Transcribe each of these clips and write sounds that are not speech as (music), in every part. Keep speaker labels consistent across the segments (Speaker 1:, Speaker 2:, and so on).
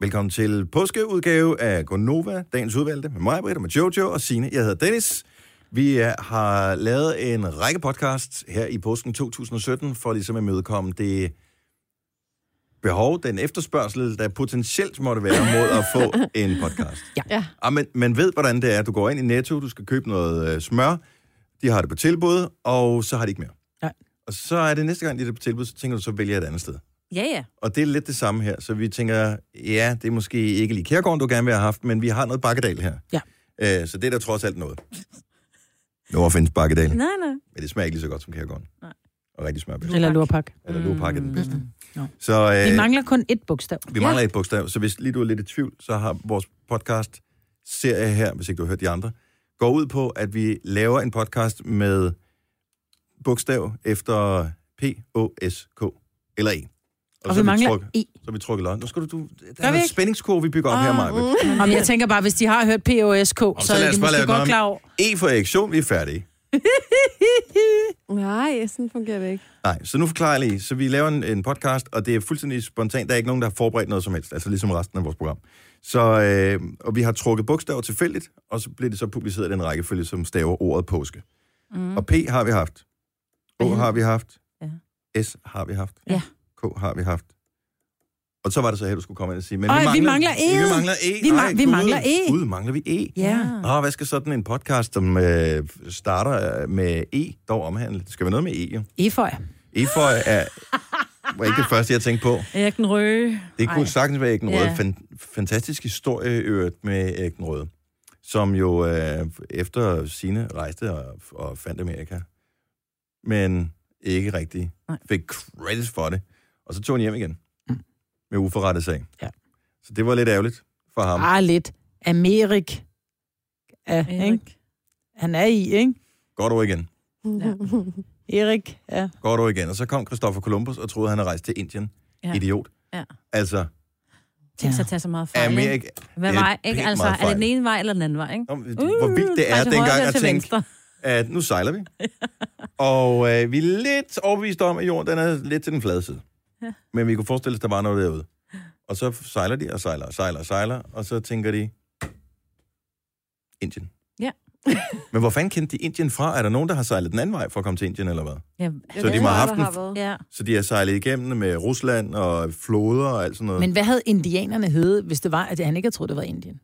Speaker 1: Velkommen til påskeudgave af Gonova, dagens udvalgte, med mig, Britta, med Jojo og Sine. Jeg hedder Dennis. Vi øh, har lavet en række podcasts her i påsken 2017, for ligesom at imødekomme det behov, den efterspørgsel, der potentielt måtte være mod at få en podcast.
Speaker 2: Ja.
Speaker 1: Ah, men man ved, hvordan det er. Du går ind i Netto, du skal købe noget øh, smør, de har det på tilbud, og så har de ikke mere.
Speaker 3: Nej.
Speaker 1: Og så er det næste gang, de er det på tilbud, så tænker du, så vælger jeg et andet sted.
Speaker 3: Ja, ja.
Speaker 1: Og det er lidt det samme her, så vi tænker, ja, det er måske ikke lige Kærgården, du gerne vil have haft, men vi har noget Bakkedal her.
Speaker 3: Ja.
Speaker 1: Øh, så det er der trods alt noget. Nu findes Bakkedal, men
Speaker 3: Nej, nej.
Speaker 1: det smager ikke lige så godt som Kærgården.
Speaker 3: Nej.
Speaker 1: Og rigtig smager bedst.
Speaker 2: Eller lurpak.
Speaker 1: Eller lugepakke er
Speaker 3: Mm.
Speaker 1: den bedste.
Speaker 3: Nå.
Speaker 1: Så øh,
Speaker 2: Vi mangler kun et bogstav.
Speaker 1: vi mangler et bogstav, så hvis lige du er lidt i tvivl, så har vores podcast serie her, hvis ikke du har hørt de andre, går ud på, at vi laver en podcast med bogstav efter P, Å, S, K eller E.
Speaker 2: Og,
Speaker 1: så
Speaker 2: vi
Speaker 1: har
Speaker 2: mangler
Speaker 1: trukket-
Speaker 2: i.
Speaker 1: Så har vi trukket lod. Nu skal du, du der
Speaker 2: vi
Speaker 1: er en
Speaker 2: ikke? Ah, mm.
Speaker 1: spændingskurve, vi bygger op her, Maja.
Speaker 2: Om jeg tænker bare, hvis de har hørt POSK, så, så
Speaker 1: så lad
Speaker 2: er
Speaker 1: os
Speaker 2: de
Speaker 1: bare lave
Speaker 2: måske
Speaker 1: noget om-
Speaker 2: godt klar over.
Speaker 1: E for erektion, vi er færdige.
Speaker 4: Nej, sådan fungerer det ikke.
Speaker 1: Nej, så nu forklarer jeg lige. Så vi laver en, en podcast, og det er fuldstændig spontant. Der er ikke nogen, der har forberedt noget som helst, altså ligesom resten af vores program. Så, øh, og vi har trukket bogstaver tilfældigt, og så bliver det så publiceret i den rækkefølge, som staver ordet påske. Mm. Og P har vi haft. O har vi haft. Ja. S har vi haft.
Speaker 3: Ja.
Speaker 1: K har vi haft. Og så var det så her, du skulle komme ind og sige. Men
Speaker 2: Ej, vi mangler E'et.
Speaker 1: Vi mangler E.
Speaker 2: Vi ma-
Speaker 1: Nej,
Speaker 2: vi
Speaker 1: Gud,
Speaker 2: mangler E.
Speaker 1: Gud, mangler vi E.
Speaker 2: Ja.
Speaker 3: Mm.
Speaker 1: Nå, hvad skal sådan en podcast, som øh, starter med E, dog omhandle? Det skal være noget med E, jo.
Speaker 2: Eføj.
Speaker 1: Efeu er var ikke det første, jeg tænkte på.
Speaker 3: Erik den Røge.
Speaker 1: Det kunne
Speaker 3: Ej.
Speaker 1: sagtens være Erik den Røde.
Speaker 3: Ja.
Speaker 1: Fan- fantastisk historie i øvrigt med Erik den Røde, som jo øh, efter sine rejste og, og fandt Amerika, men ikke rigtig
Speaker 3: Nej. Mm.
Speaker 1: fik credit for det. Og så tog han hjem igen med uforrettet sag.
Speaker 2: Ja.
Speaker 1: Så det var lidt ærgerligt for ham.
Speaker 2: Ah, lidt. Amerik. Ja, ikke?
Speaker 3: Erik.
Speaker 2: Han er i, ikke?
Speaker 1: Godt over igen.
Speaker 4: (laughs)
Speaker 2: Erik. Ja.
Speaker 1: Godt over igen. Og så kom Christopher Columbus og troede, han havde rejst til Indien.
Speaker 3: Ja.
Speaker 1: Idiot.
Speaker 3: Ja.
Speaker 1: Altså,
Speaker 3: Tænk sig
Speaker 2: Ja.
Speaker 3: at tage så meget fejl. ikke?
Speaker 1: Amerika...
Speaker 3: Hvad
Speaker 1: det er
Speaker 3: vej, ikke?
Speaker 1: pænt
Speaker 3: Altså,
Speaker 1: meget
Speaker 3: er det
Speaker 1: fejl.
Speaker 3: den ene vej eller den anden vej, ikke?
Speaker 1: Om, hvor vildt det
Speaker 3: fra
Speaker 1: er
Speaker 3: til
Speaker 1: dengang
Speaker 3: højre
Speaker 1: at
Speaker 3: til
Speaker 1: tænke,
Speaker 3: venstre.
Speaker 1: at nu sejler
Speaker 3: (laughs)
Speaker 1: vi. og øh, vi er lidt overbevist om, at jorden den er lidt til den flade side.
Speaker 3: Ja.
Speaker 1: Men vi kunne forestille os, at der var noget derude. Og så sejler de og sejler og sejler og sejler, og så tænker de, Indien.
Speaker 3: Ja.
Speaker 1: (laughs) Men hvor fanden kendte de Indien fra? Er der nogen, der har sejlet den anden vej for at komme til Indien, eller hvad?
Speaker 3: Ja,
Speaker 1: Så de må have haft en...
Speaker 4: været.
Speaker 3: ja.
Speaker 1: Så de har sejlet igennem med Rusland og floder og alt sådan noget.
Speaker 2: Men hvad havde indianerne heddet, hvis det var, at han ikke havde troet, det var Indien?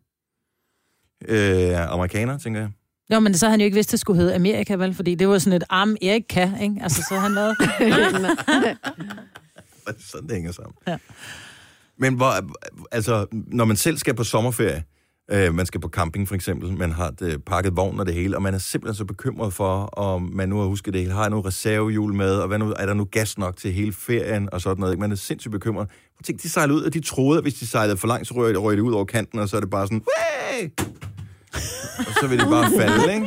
Speaker 1: Øh, amerikanere, tænker jeg. (laughs)
Speaker 2: Jo, men så havde han jo ikke vidst, at det skulle hedde Amerika, vel? Fordi det var sådan et arm Erik kan, ikke? Altså, så han lavede...
Speaker 1: Og det er sådan, det hænger sammen.
Speaker 2: Ja.
Speaker 1: Men hvor, altså, når man selv skal på sommerferie, øh, man skal på camping for eksempel, man har det, pakket vogn og det hele, og man er simpelthen så bekymret for, om man nu har husket det hele, har jeg nu reservehjul med, og hvad nu, er der nu gas nok til hele ferien og sådan noget. ikke? Man er sindssygt bekymret. Prøv at tænke, de sejlede ud, og de troede, at hvis de sejlede for langt, så røg, røg det ud over kanten, og så er det bare sådan, "Way!" og så vil det bare falde, ikke?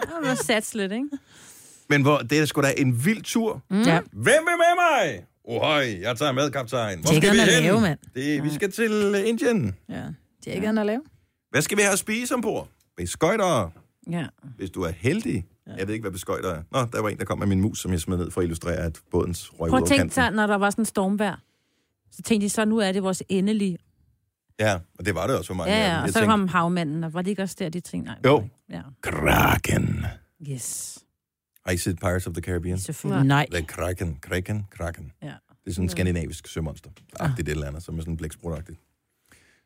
Speaker 3: Det var sats lidt, ikke?
Speaker 1: Men hvor, det er sgu da en vild tur. Mm.
Speaker 2: Ja.
Speaker 1: Hvem vil med mig? Ohøj, jeg tager med, kaptajn. Hvor
Speaker 2: Det er ikke
Speaker 1: skal vi
Speaker 2: noget at
Speaker 1: hen?
Speaker 2: lave, mand.
Speaker 1: Det, vi skal til øh, Indien.
Speaker 2: (laughs) ja. Det er ikke andet at lave.
Speaker 1: Hvad skal vi have at spise ombord? Beskøjter,
Speaker 3: Ja.
Speaker 1: hvis du er heldig. Ja. Jeg ved ikke, hvad beskøjter er. Nå, der var en, der kom med min mus, som jeg smed ned for at illustrere, at bådens røg ud
Speaker 3: Prøv at
Speaker 1: over
Speaker 3: tænke
Speaker 1: kanten.
Speaker 3: sig, når der var sådan en stormvejr. Så tænkte de, så nu er det vores endelige.
Speaker 1: Ja, og det var det også for mig.
Speaker 3: Ja, ja, og så kom havmanden, og var det ikke også der, de tænkte? Nej,
Speaker 1: Jo.
Speaker 3: Ja.
Speaker 1: Kraken.
Speaker 3: Yes,
Speaker 1: Har I set Pirates of the Caribbean?
Speaker 3: selvfølgelig.
Speaker 2: Nej.
Speaker 1: The Kraken, Kraken, Kraken.
Speaker 3: Ja. Ah.
Speaker 1: Det er sådan en skandinavisk sømonster. Agtigt et eller andet, som er sådan blæksprutagtigt.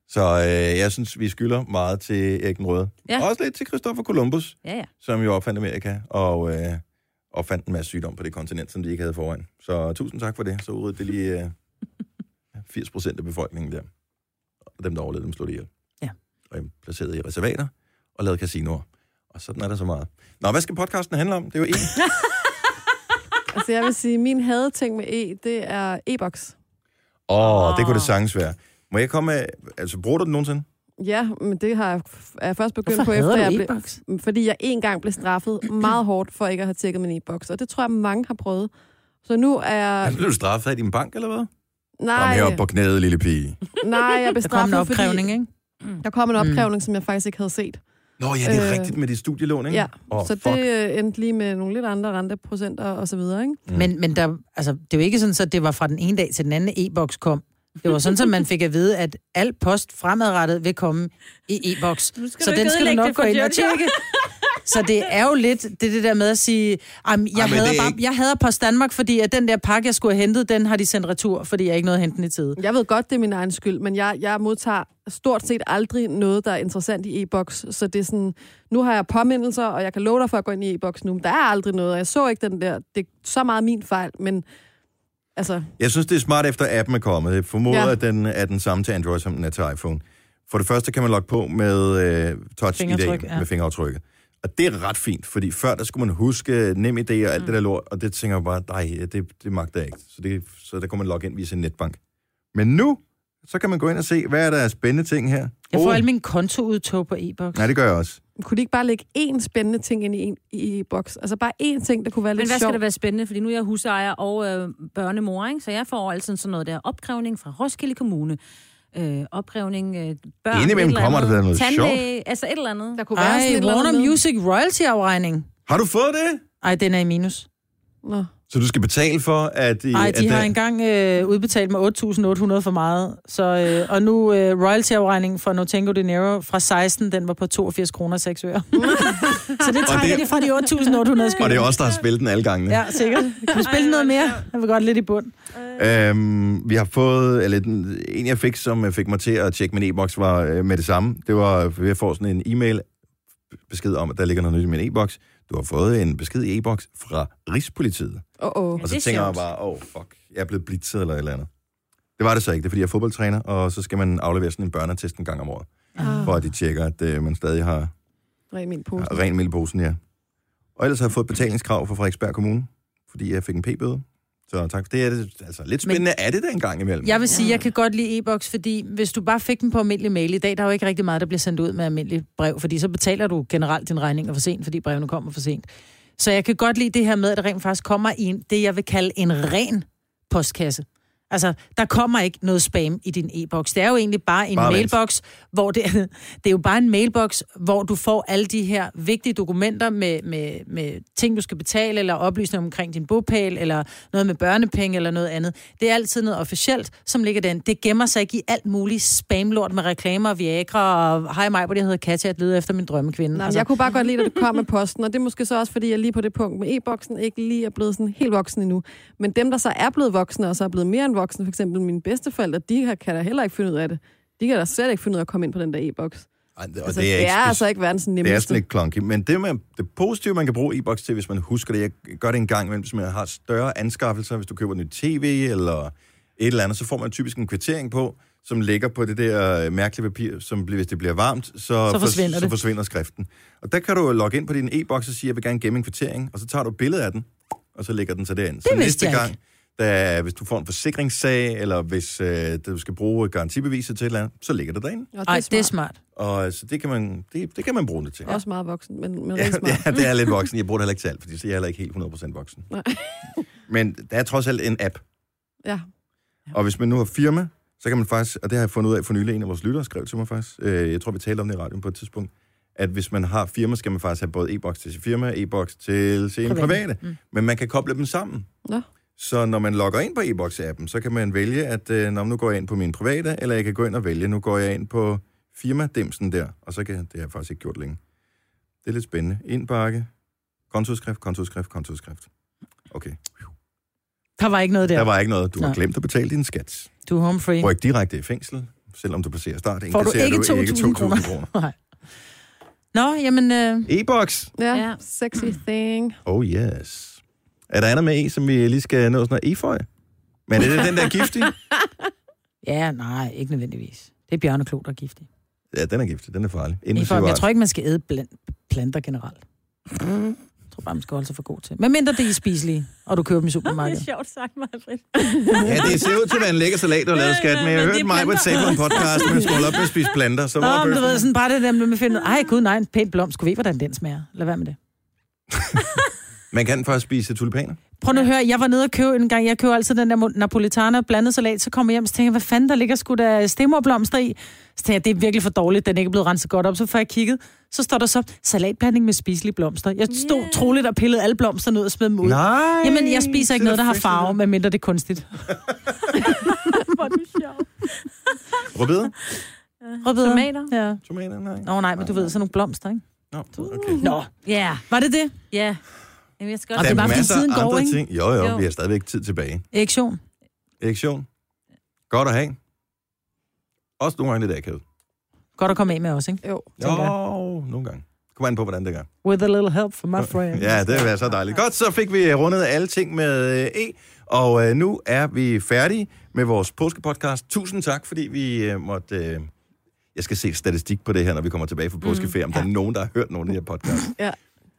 Speaker 1: Så øh, jeg synes, vi skylder meget til Erik den Røde.
Speaker 3: Ja.
Speaker 1: Også lidt til Christopher Columbus.
Speaker 3: Ja, (laughs) ja.
Speaker 1: som jo opfandt Amerika, og øh, opfandt en masse sygdom på det kontinent, som de ikke havde foran. Så tusind tak for det. Så udryddede det lige øh, 80 procent af befolkningen der. Og dem, der overlevede, dem slog de ihjel.
Speaker 2: Ja.
Speaker 1: Og dem placerede i reservater og lavede casinoer. Og sådan er der så meget. Nå, hvad skal podcasten handle om? Det er jo en.
Speaker 4: (laughs) altså, jeg vil sige, min hadeting med E, det er e-boks.
Speaker 1: Åh, oh, det kunne det sagtens være. Må jeg komme med... Altså, bruger du den nogensinde?
Speaker 4: Ja, men det har jeg, f- er jeg først begyndt
Speaker 2: Hvorfor
Speaker 4: på, efter
Speaker 2: hader
Speaker 4: jeg
Speaker 2: du
Speaker 4: blev...
Speaker 2: e-boks?
Speaker 4: Fordi jeg en gang blev straffet meget hårdt for ikke at have tjekket min e-boks, og det tror jeg, mange har prøvet. Så nu er jeg...
Speaker 1: Altså, blev du straffet af din bank, eller hvad? Kom
Speaker 4: Nej,
Speaker 1: her på knæet, lille pige.
Speaker 4: nej, jeg blev
Speaker 2: Der kom en
Speaker 4: straffet,
Speaker 2: opkrævning,
Speaker 4: fordi
Speaker 2: ikke? Mm.
Speaker 4: der kom en opkrævning, som jeg faktisk ikke havde set.
Speaker 1: Nå, ja, det er øh,
Speaker 4: Øh,
Speaker 1: rigtigt med dit studielån, ikke?
Speaker 4: Ja,
Speaker 1: Åh,
Speaker 4: så
Speaker 1: fuck.
Speaker 4: det øh, endte lige med nogle lidt andre
Speaker 1: Mm.
Speaker 4: renteprocenter og så videre, ikke?
Speaker 2: Men, men der, altså, det er jo ikke sådan, at det var fra den ene dag til den anden, e-boks kom. Det var sådan, at man fik at vide, at al post fremadrettet vil komme i e-boks.
Speaker 3: Nu skal
Speaker 2: Så
Speaker 3: du ikke
Speaker 2: den skal du
Speaker 3: ødelægge
Speaker 2: nok
Speaker 3: det
Speaker 2: gå
Speaker 3: for
Speaker 2: ind og
Speaker 3: Jojo. (laughs)
Speaker 2: tjekke. Så det er jo lidt det, er det der med at sige, jamen, jeg,
Speaker 1: Ej,
Speaker 2: Ej,
Speaker 1: men
Speaker 2: hader
Speaker 1: det er
Speaker 2: bare,
Speaker 1: ikke-
Speaker 2: jeg hader Post Danmark, fordi at den der pakke, jeg skulle have hentet, den har de sendt retur, fordi jeg ikke nåede at hente den i tide.
Speaker 4: Jeg ved godt, det er min egen skyld, men jeg, jeg modtager stort set aldrig noget, der er interessant i e-boks. Så det er sådan, nu har jeg påmindelser, og jeg kan love dig for at gå ind i e-boks nu, men der er aldrig noget, og jeg så ikke den der. Det er så meget min fejl, men altså,
Speaker 1: Jeg synes, det er smart, efter appen er kommet. Jeg formoder, ja.
Speaker 4: Ja.
Speaker 1: at den er den samme til Android, som den er til iPhone. For det første kan man logge på med øh, touch-ID
Speaker 2: Fingeraftryk, ja.
Speaker 1: med fingeraftrykket. Og det er ret fint, fordi før der skulle man huske nem idé og alt mm. det der lort, og det tænker jeg bare, nej, det, det magter jeg ikke. Så, det, så der kunne man logge ind via sin netbank. Men nu, så kan man gå ind og se, hvad er der af spændende ting her.
Speaker 2: Jeg får
Speaker 1: Åh,
Speaker 2: oh. al min kontoudtog på e-boks.
Speaker 1: Nej, det gør jeg også.
Speaker 4: kunne de ikke bare lægge én spændende ting ind i, en, i e-boks? Altså bare én ting, der kunne være
Speaker 3: Men
Speaker 4: lidt
Speaker 3: hvad skal
Speaker 4: sjov.
Speaker 3: der være spændende? Fordi nu er jeg husejer og øh, børnemor, ikke? så jeg får altid sådan noget der opkrævning fra Roskilde Kommune. Øh, opkrævning, øh, børn,
Speaker 1: Indimellem
Speaker 3: et eller
Speaker 1: kommer der
Speaker 3: andet.
Speaker 1: da noget
Speaker 3: Tandlæge, altså et eller andet.
Speaker 4: der kunne være sådan
Speaker 2: Ej,
Speaker 4: et eller
Speaker 2: Warner
Speaker 4: andet med-
Speaker 2: Music Royalty-afregning.
Speaker 1: Har du fået det?
Speaker 2: Ej, den er i minus.
Speaker 4: Nå.
Speaker 1: Så du skal betale for, at... I,
Speaker 2: Nej,
Speaker 1: at
Speaker 2: de har
Speaker 1: der-
Speaker 2: engang øh, udbetalt mig 8.800 for meget. Så, øh, og nu øh, royalty-afregningen for Notengo De Niro fra 16, den var på 82 kroner
Speaker 1: (laughs)
Speaker 2: 6 øre. så det trækker
Speaker 1: det-
Speaker 2: de fra de 8.800
Speaker 1: Og
Speaker 2: skyld.
Speaker 1: det er os, der har spillet den alle gangene.
Speaker 2: Ja, sikkert. Kan vi spille noget mere? Jeg vil godt lidt i bund.
Speaker 1: Øhm, vi har fået, eller den, en jeg fik, som øh, fik mig til at tjekke min e-boks, var øh, med det samme. Det var, øh, jeg får sådan en e-mail besked om, at der ligger noget nyt i min e-boks. Du har fået en besked i e-boks fra Rigspolitiet.
Speaker 4: Åh, åh.
Speaker 1: Og så
Speaker 3: det er
Speaker 1: tænker jeg
Speaker 3: sjovt.
Speaker 1: bare, åh oh, fuck, jeg er blevet blitzet eller et eller andet. Det var det så ikke, det er fordi jeg er fodboldtræner, og så skal man aflevere sådan en børneattest en gang om året, for at de tjekker, at øh, man stadig har,
Speaker 4: Ren min pose.
Speaker 1: har ren mel i posen, ja. Og ellers har jeg fået et betalingskrav fra Frederiksberg Kommune, fordi jeg fik en p-bøde. Så tak for det. Er det altså, lidt
Speaker 2: Men-
Speaker 1: spændende er det da en gang imellem.
Speaker 2: Jeg vil sige, jeg kan godt lide e-boks, fordi hvis du bare fik den på almindelig mail i dag, der er jo ikke rigtig meget, der bliver sendt ud med almindelig brev, fordi så betaler du generelt din regninger for sent, fordi brevene kommer for sent. Så jeg kan godt lide det her med, at der rent faktisk kommer i en, det, jeg vil kalde en ren postkasse. Altså, der kommer ikke noget spam i din e-boks. Det er jo egentlig bare en
Speaker 1: Bare
Speaker 2: bare
Speaker 1: vent.
Speaker 2: mailbox, hvor det, (laughs) det er jo bare en mailbox, hvor du får alle de her vigtige dokumenter med, med, med ting, du skal betale, eller oplysninger omkring din bopæl, eller noget med børnepenge, eller noget andet. Det er altid noget officielt, som ligger den. Det gemmer sig ikke i alt muligt spamlort med reklamer, viagra, og hej mig, hvor det hedder Katja, at lede efter min drømmekvinde.
Speaker 4: Nej, altså... jeg kunne bare godt lide, at det kom med posten, og det er måske så også, fordi jeg lige på det punkt med e-boksen ikke lige er blevet sådan helt voksen endnu. Men dem, der så er blevet voksne, og så er blevet mere end voksne, for eksempel mine bedsteforældre, de her kan da heller ikke finde ud af det. De kan da slet ikke finde ud af at komme ind på den der e-boks.
Speaker 1: Ej, det, og
Speaker 4: Altså, det er, det er
Speaker 1: speci-
Speaker 4: altså ikke verdens
Speaker 1: det er
Speaker 4: nemmeste.
Speaker 1: sådan lidt clunky, men det, man, det positive, man kan bruge e-boks til, hvis man husker det, jeg gør det en gang, men hvis man har større anskaffelser, hvis du køber nyt tv eller et eller andet, så får man typisk en kvittering på, som ligger på det der øh, mærkelige papir, som bliver- hvis det bliver varmt, så, så,
Speaker 2: forsvinder
Speaker 1: så
Speaker 2: det.
Speaker 1: forsvinder skriften. Og der kan du logge ind på din e-boks og sige, jeg vil gerne gemme en kvittering, og så tager du et billede af den, og så lægger den så derind. så
Speaker 2: vidste
Speaker 1: næste
Speaker 2: jeg ikke.
Speaker 1: gang, da, hvis du får en forsikringssag, eller hvis øh, du skal bruge garantibeviset til et eller andet, så ligger det derinde.
Speaker 4: Og
Speaker 2: Ej, det er
Speaker 4: smart.
Speaker 2: smart.
Speaker 1: Og øh, så det kan man, det, det kan man bruge det til.
Speaker 4: Også meget voksen, men, men
Speaker 1: Ja,
Speaker 4: rigtig smart.
Speaker 1: ja, (laughs) det er lidt voksen. Jeg bruger det heller ikke til alt, fordi så er jeg heller ikke helt 100% voksen.
Speaker 4: Nej.
Speaker 1: (laughs) Men der er trods alt en app.
Speaker 4: Ja.
Speaker 1: Og hvis man nu har firma, så kan man faktisk, og det har jeg fundet ud af for nylig, en af vores lyttere skrev til mig faktisk, øh, jeg tror, vi talte om det i radioen på et tidspunkt, at hvis man har firma, skal man faktisk have både e-boks til sin firma, e-boks til sin private.
Speaker 2: Private.
Speaker 1: private. Mm. Men man kan koble dem sammen.
Speaker 4: Nå.
Speaker 1: Så når man logger ind på e-boks-appen, så kan man vælge, at øh, nå, men nu går jeg ind på min private, eller jeg kan gå ind og vælge, nu går jeg ind på firmademsen der, og så kan det har jeg faktisk ikke gjort længe. Det er lidt spændende. Indbakke, kontoskrift, kontoskrift, kontoskrift. Okay,
Speaker 2: Der var ikke noget
Speaker 1: ja.
Speaker 2: der.
Speaker 1: der var ikke noget. Du har
Speaker 2: Nej.
Speaker 1: glemt at betale din skat.
Speaker 2: Du er home free.
Speaker 1: Ryk direkte i fængsel, selvom du passerer start.
Speaker 2: Får du
Speaker 1: Indkasserer
Speaker 2: ikke 2.000 kroner?
Speaker 1: kroner.
Speaker 2: Nej. Nå, jamen, øh,
Speaker 1: E-boks.
Speaker 4: Ja,
Speaker 3: Ja.
Speaker 4: ja, sexy thing.
Speaker 1: Oh yes. Er der andet med E, som vi lige skal nå sådan noget E-føje? Men er det den, der er giftig?
Speaker 2: ja, nej, ikke nødvendigvis. Det er Bjørne Klo, der er giftig.
Speaker 1: Ja, den er giftig. Den er farlig.
Speaker 2: Inden
Speaker 1: Invasiv
Speaker 2: for, jeg
Speaker 1: art.
Speaker 2: tror ikke, man skal æde bland, planter generelt.
Speaker 3: Mm.
Speaker 2: Jeg tror bare, man skal holde sig for god til. Men mindre det er spiselige, og du køber dem i
Speaker 3: Det er
Speaker 2: supermarkedet.
Speaker 3: sjovt sagt, Margrit.
Speaker 1: Ja, det ser ud til at være en lækker salat, du har lavet skat, men jeg
Speaker 3: Men
Speaker 1: har
Speaker 3: det
Speaker 1: hørt
Speaker 3: er
Speaker 1: mig på et
Speaker 3: planter.
Speaker 1: på en podcast, man skal holde op med at spise planter, så
Speaker 2: Nå,
Speaker 1: var
Speaker 2: men du
Speaker 1: bøffen.
Speaker 2: ved sådan bare det der med, at man finder, ud af, ej gud nej, en pæn blomst, skulle vi ikke, hvordan den smager? Lad være med det.
Speaker 1: Man kan faktisk spise tulipaner.
Speaker 2: Prøv nu at høre, jeg var nede og købe en gang, jeg køber altid den der mo- napolitaner blandet salat, så kommer jeg hjem og tænker, jeg, hvad fanden der ligger sgu der stemorblomster i? Så tænker jeg, det er virkelig for dårligt, den er ikke blevet renset godt op. Så får jeg kigget, så står der så salatblanding med spiselige blomster. Jeg stod
Speaker 3: Yeah.
Speaker 2: yeah. troligt og pillede alle blomsterne ud og smed dem ud.
Speaker 1: Nej.
Speaker 2: Jamen, jeg spiser ikke
Speaker 1: det er
Speaker 2: noget, der har
Speaker 1: fristende.
Speaker 2: farve, medmindre det er kunstigt.
Speaker 3: er du sjov.
Speaker 1: Rødbeder?
Speaker 2: Rødbeder.
Speaker 3: Tomater?
Speaker 2: Ja.
Speaker 1: Tomater? Nej.
Speaker 2: Nå nej, men du ved, sådan nogle blomster, ikke?
Speaker 1: Nå, okay.
Speaker 2: Nå,
Speaker 3: Ja,
Speaker 2: var det det?
Speaker 3: ja. Jamen, jeg skal
Speaker 2: Og det
Speaker 3: også...
Speaker 2: er bare, fordi tiden går, ikke?
Speaker 1: ting. Jo, jo,
Speaker 3: Jo.
Speaker 1: jo, vi har stadigvæk tid tilbage.
Speaker 2: Erektion.
Speaker 1: Erektion. Godt at have. Også nogle gange lidt akavet.
Speaker 2: Godt at komme af med også, ikke?
Speaker 4: Jo.
Speaker 1: Jo,
Speaker 2: Tænker jeg.
Speaker 1: nogle gange. Kom an på, hvordan det gør.
Speaker 2: With a little help from my friend.
Speaker 1: Ja, det vil være så dejligt. Godt, så fik vi øh, rundet alle ting med øh, E, og øh, nu er vi færdige med vores påskepodcast. Tusind tak, fordi vi øh, måtte... Øh, jeg skal se statistik på det her, når vi kommer tilbage fra påskeferie, om der er nogen, der har hørt nogen af de her podcast.
Speaker 4: Ja.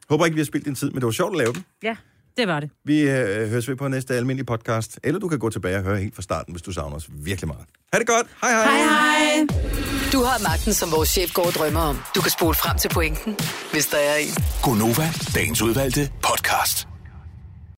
Speaker 1: Håber ikke, vi har spildt din tid, men det var sjovt at lave den.
Speaker 3: Ja, det var det.
Speaker 1: Vi øh, høres ved på næste almindelige podcast, eller du kan gå tilbage og høre helt fra starten, hvis du savner os virkelig meget. Ha' det godt. Hej hej. hej, hej.
Speaker 5: Du har magten, som vores chef går og drømmer om. Du kan spole frem til pointen, hvis der er en.
Speaker 6: Gonova, dagens udvalgte podcast.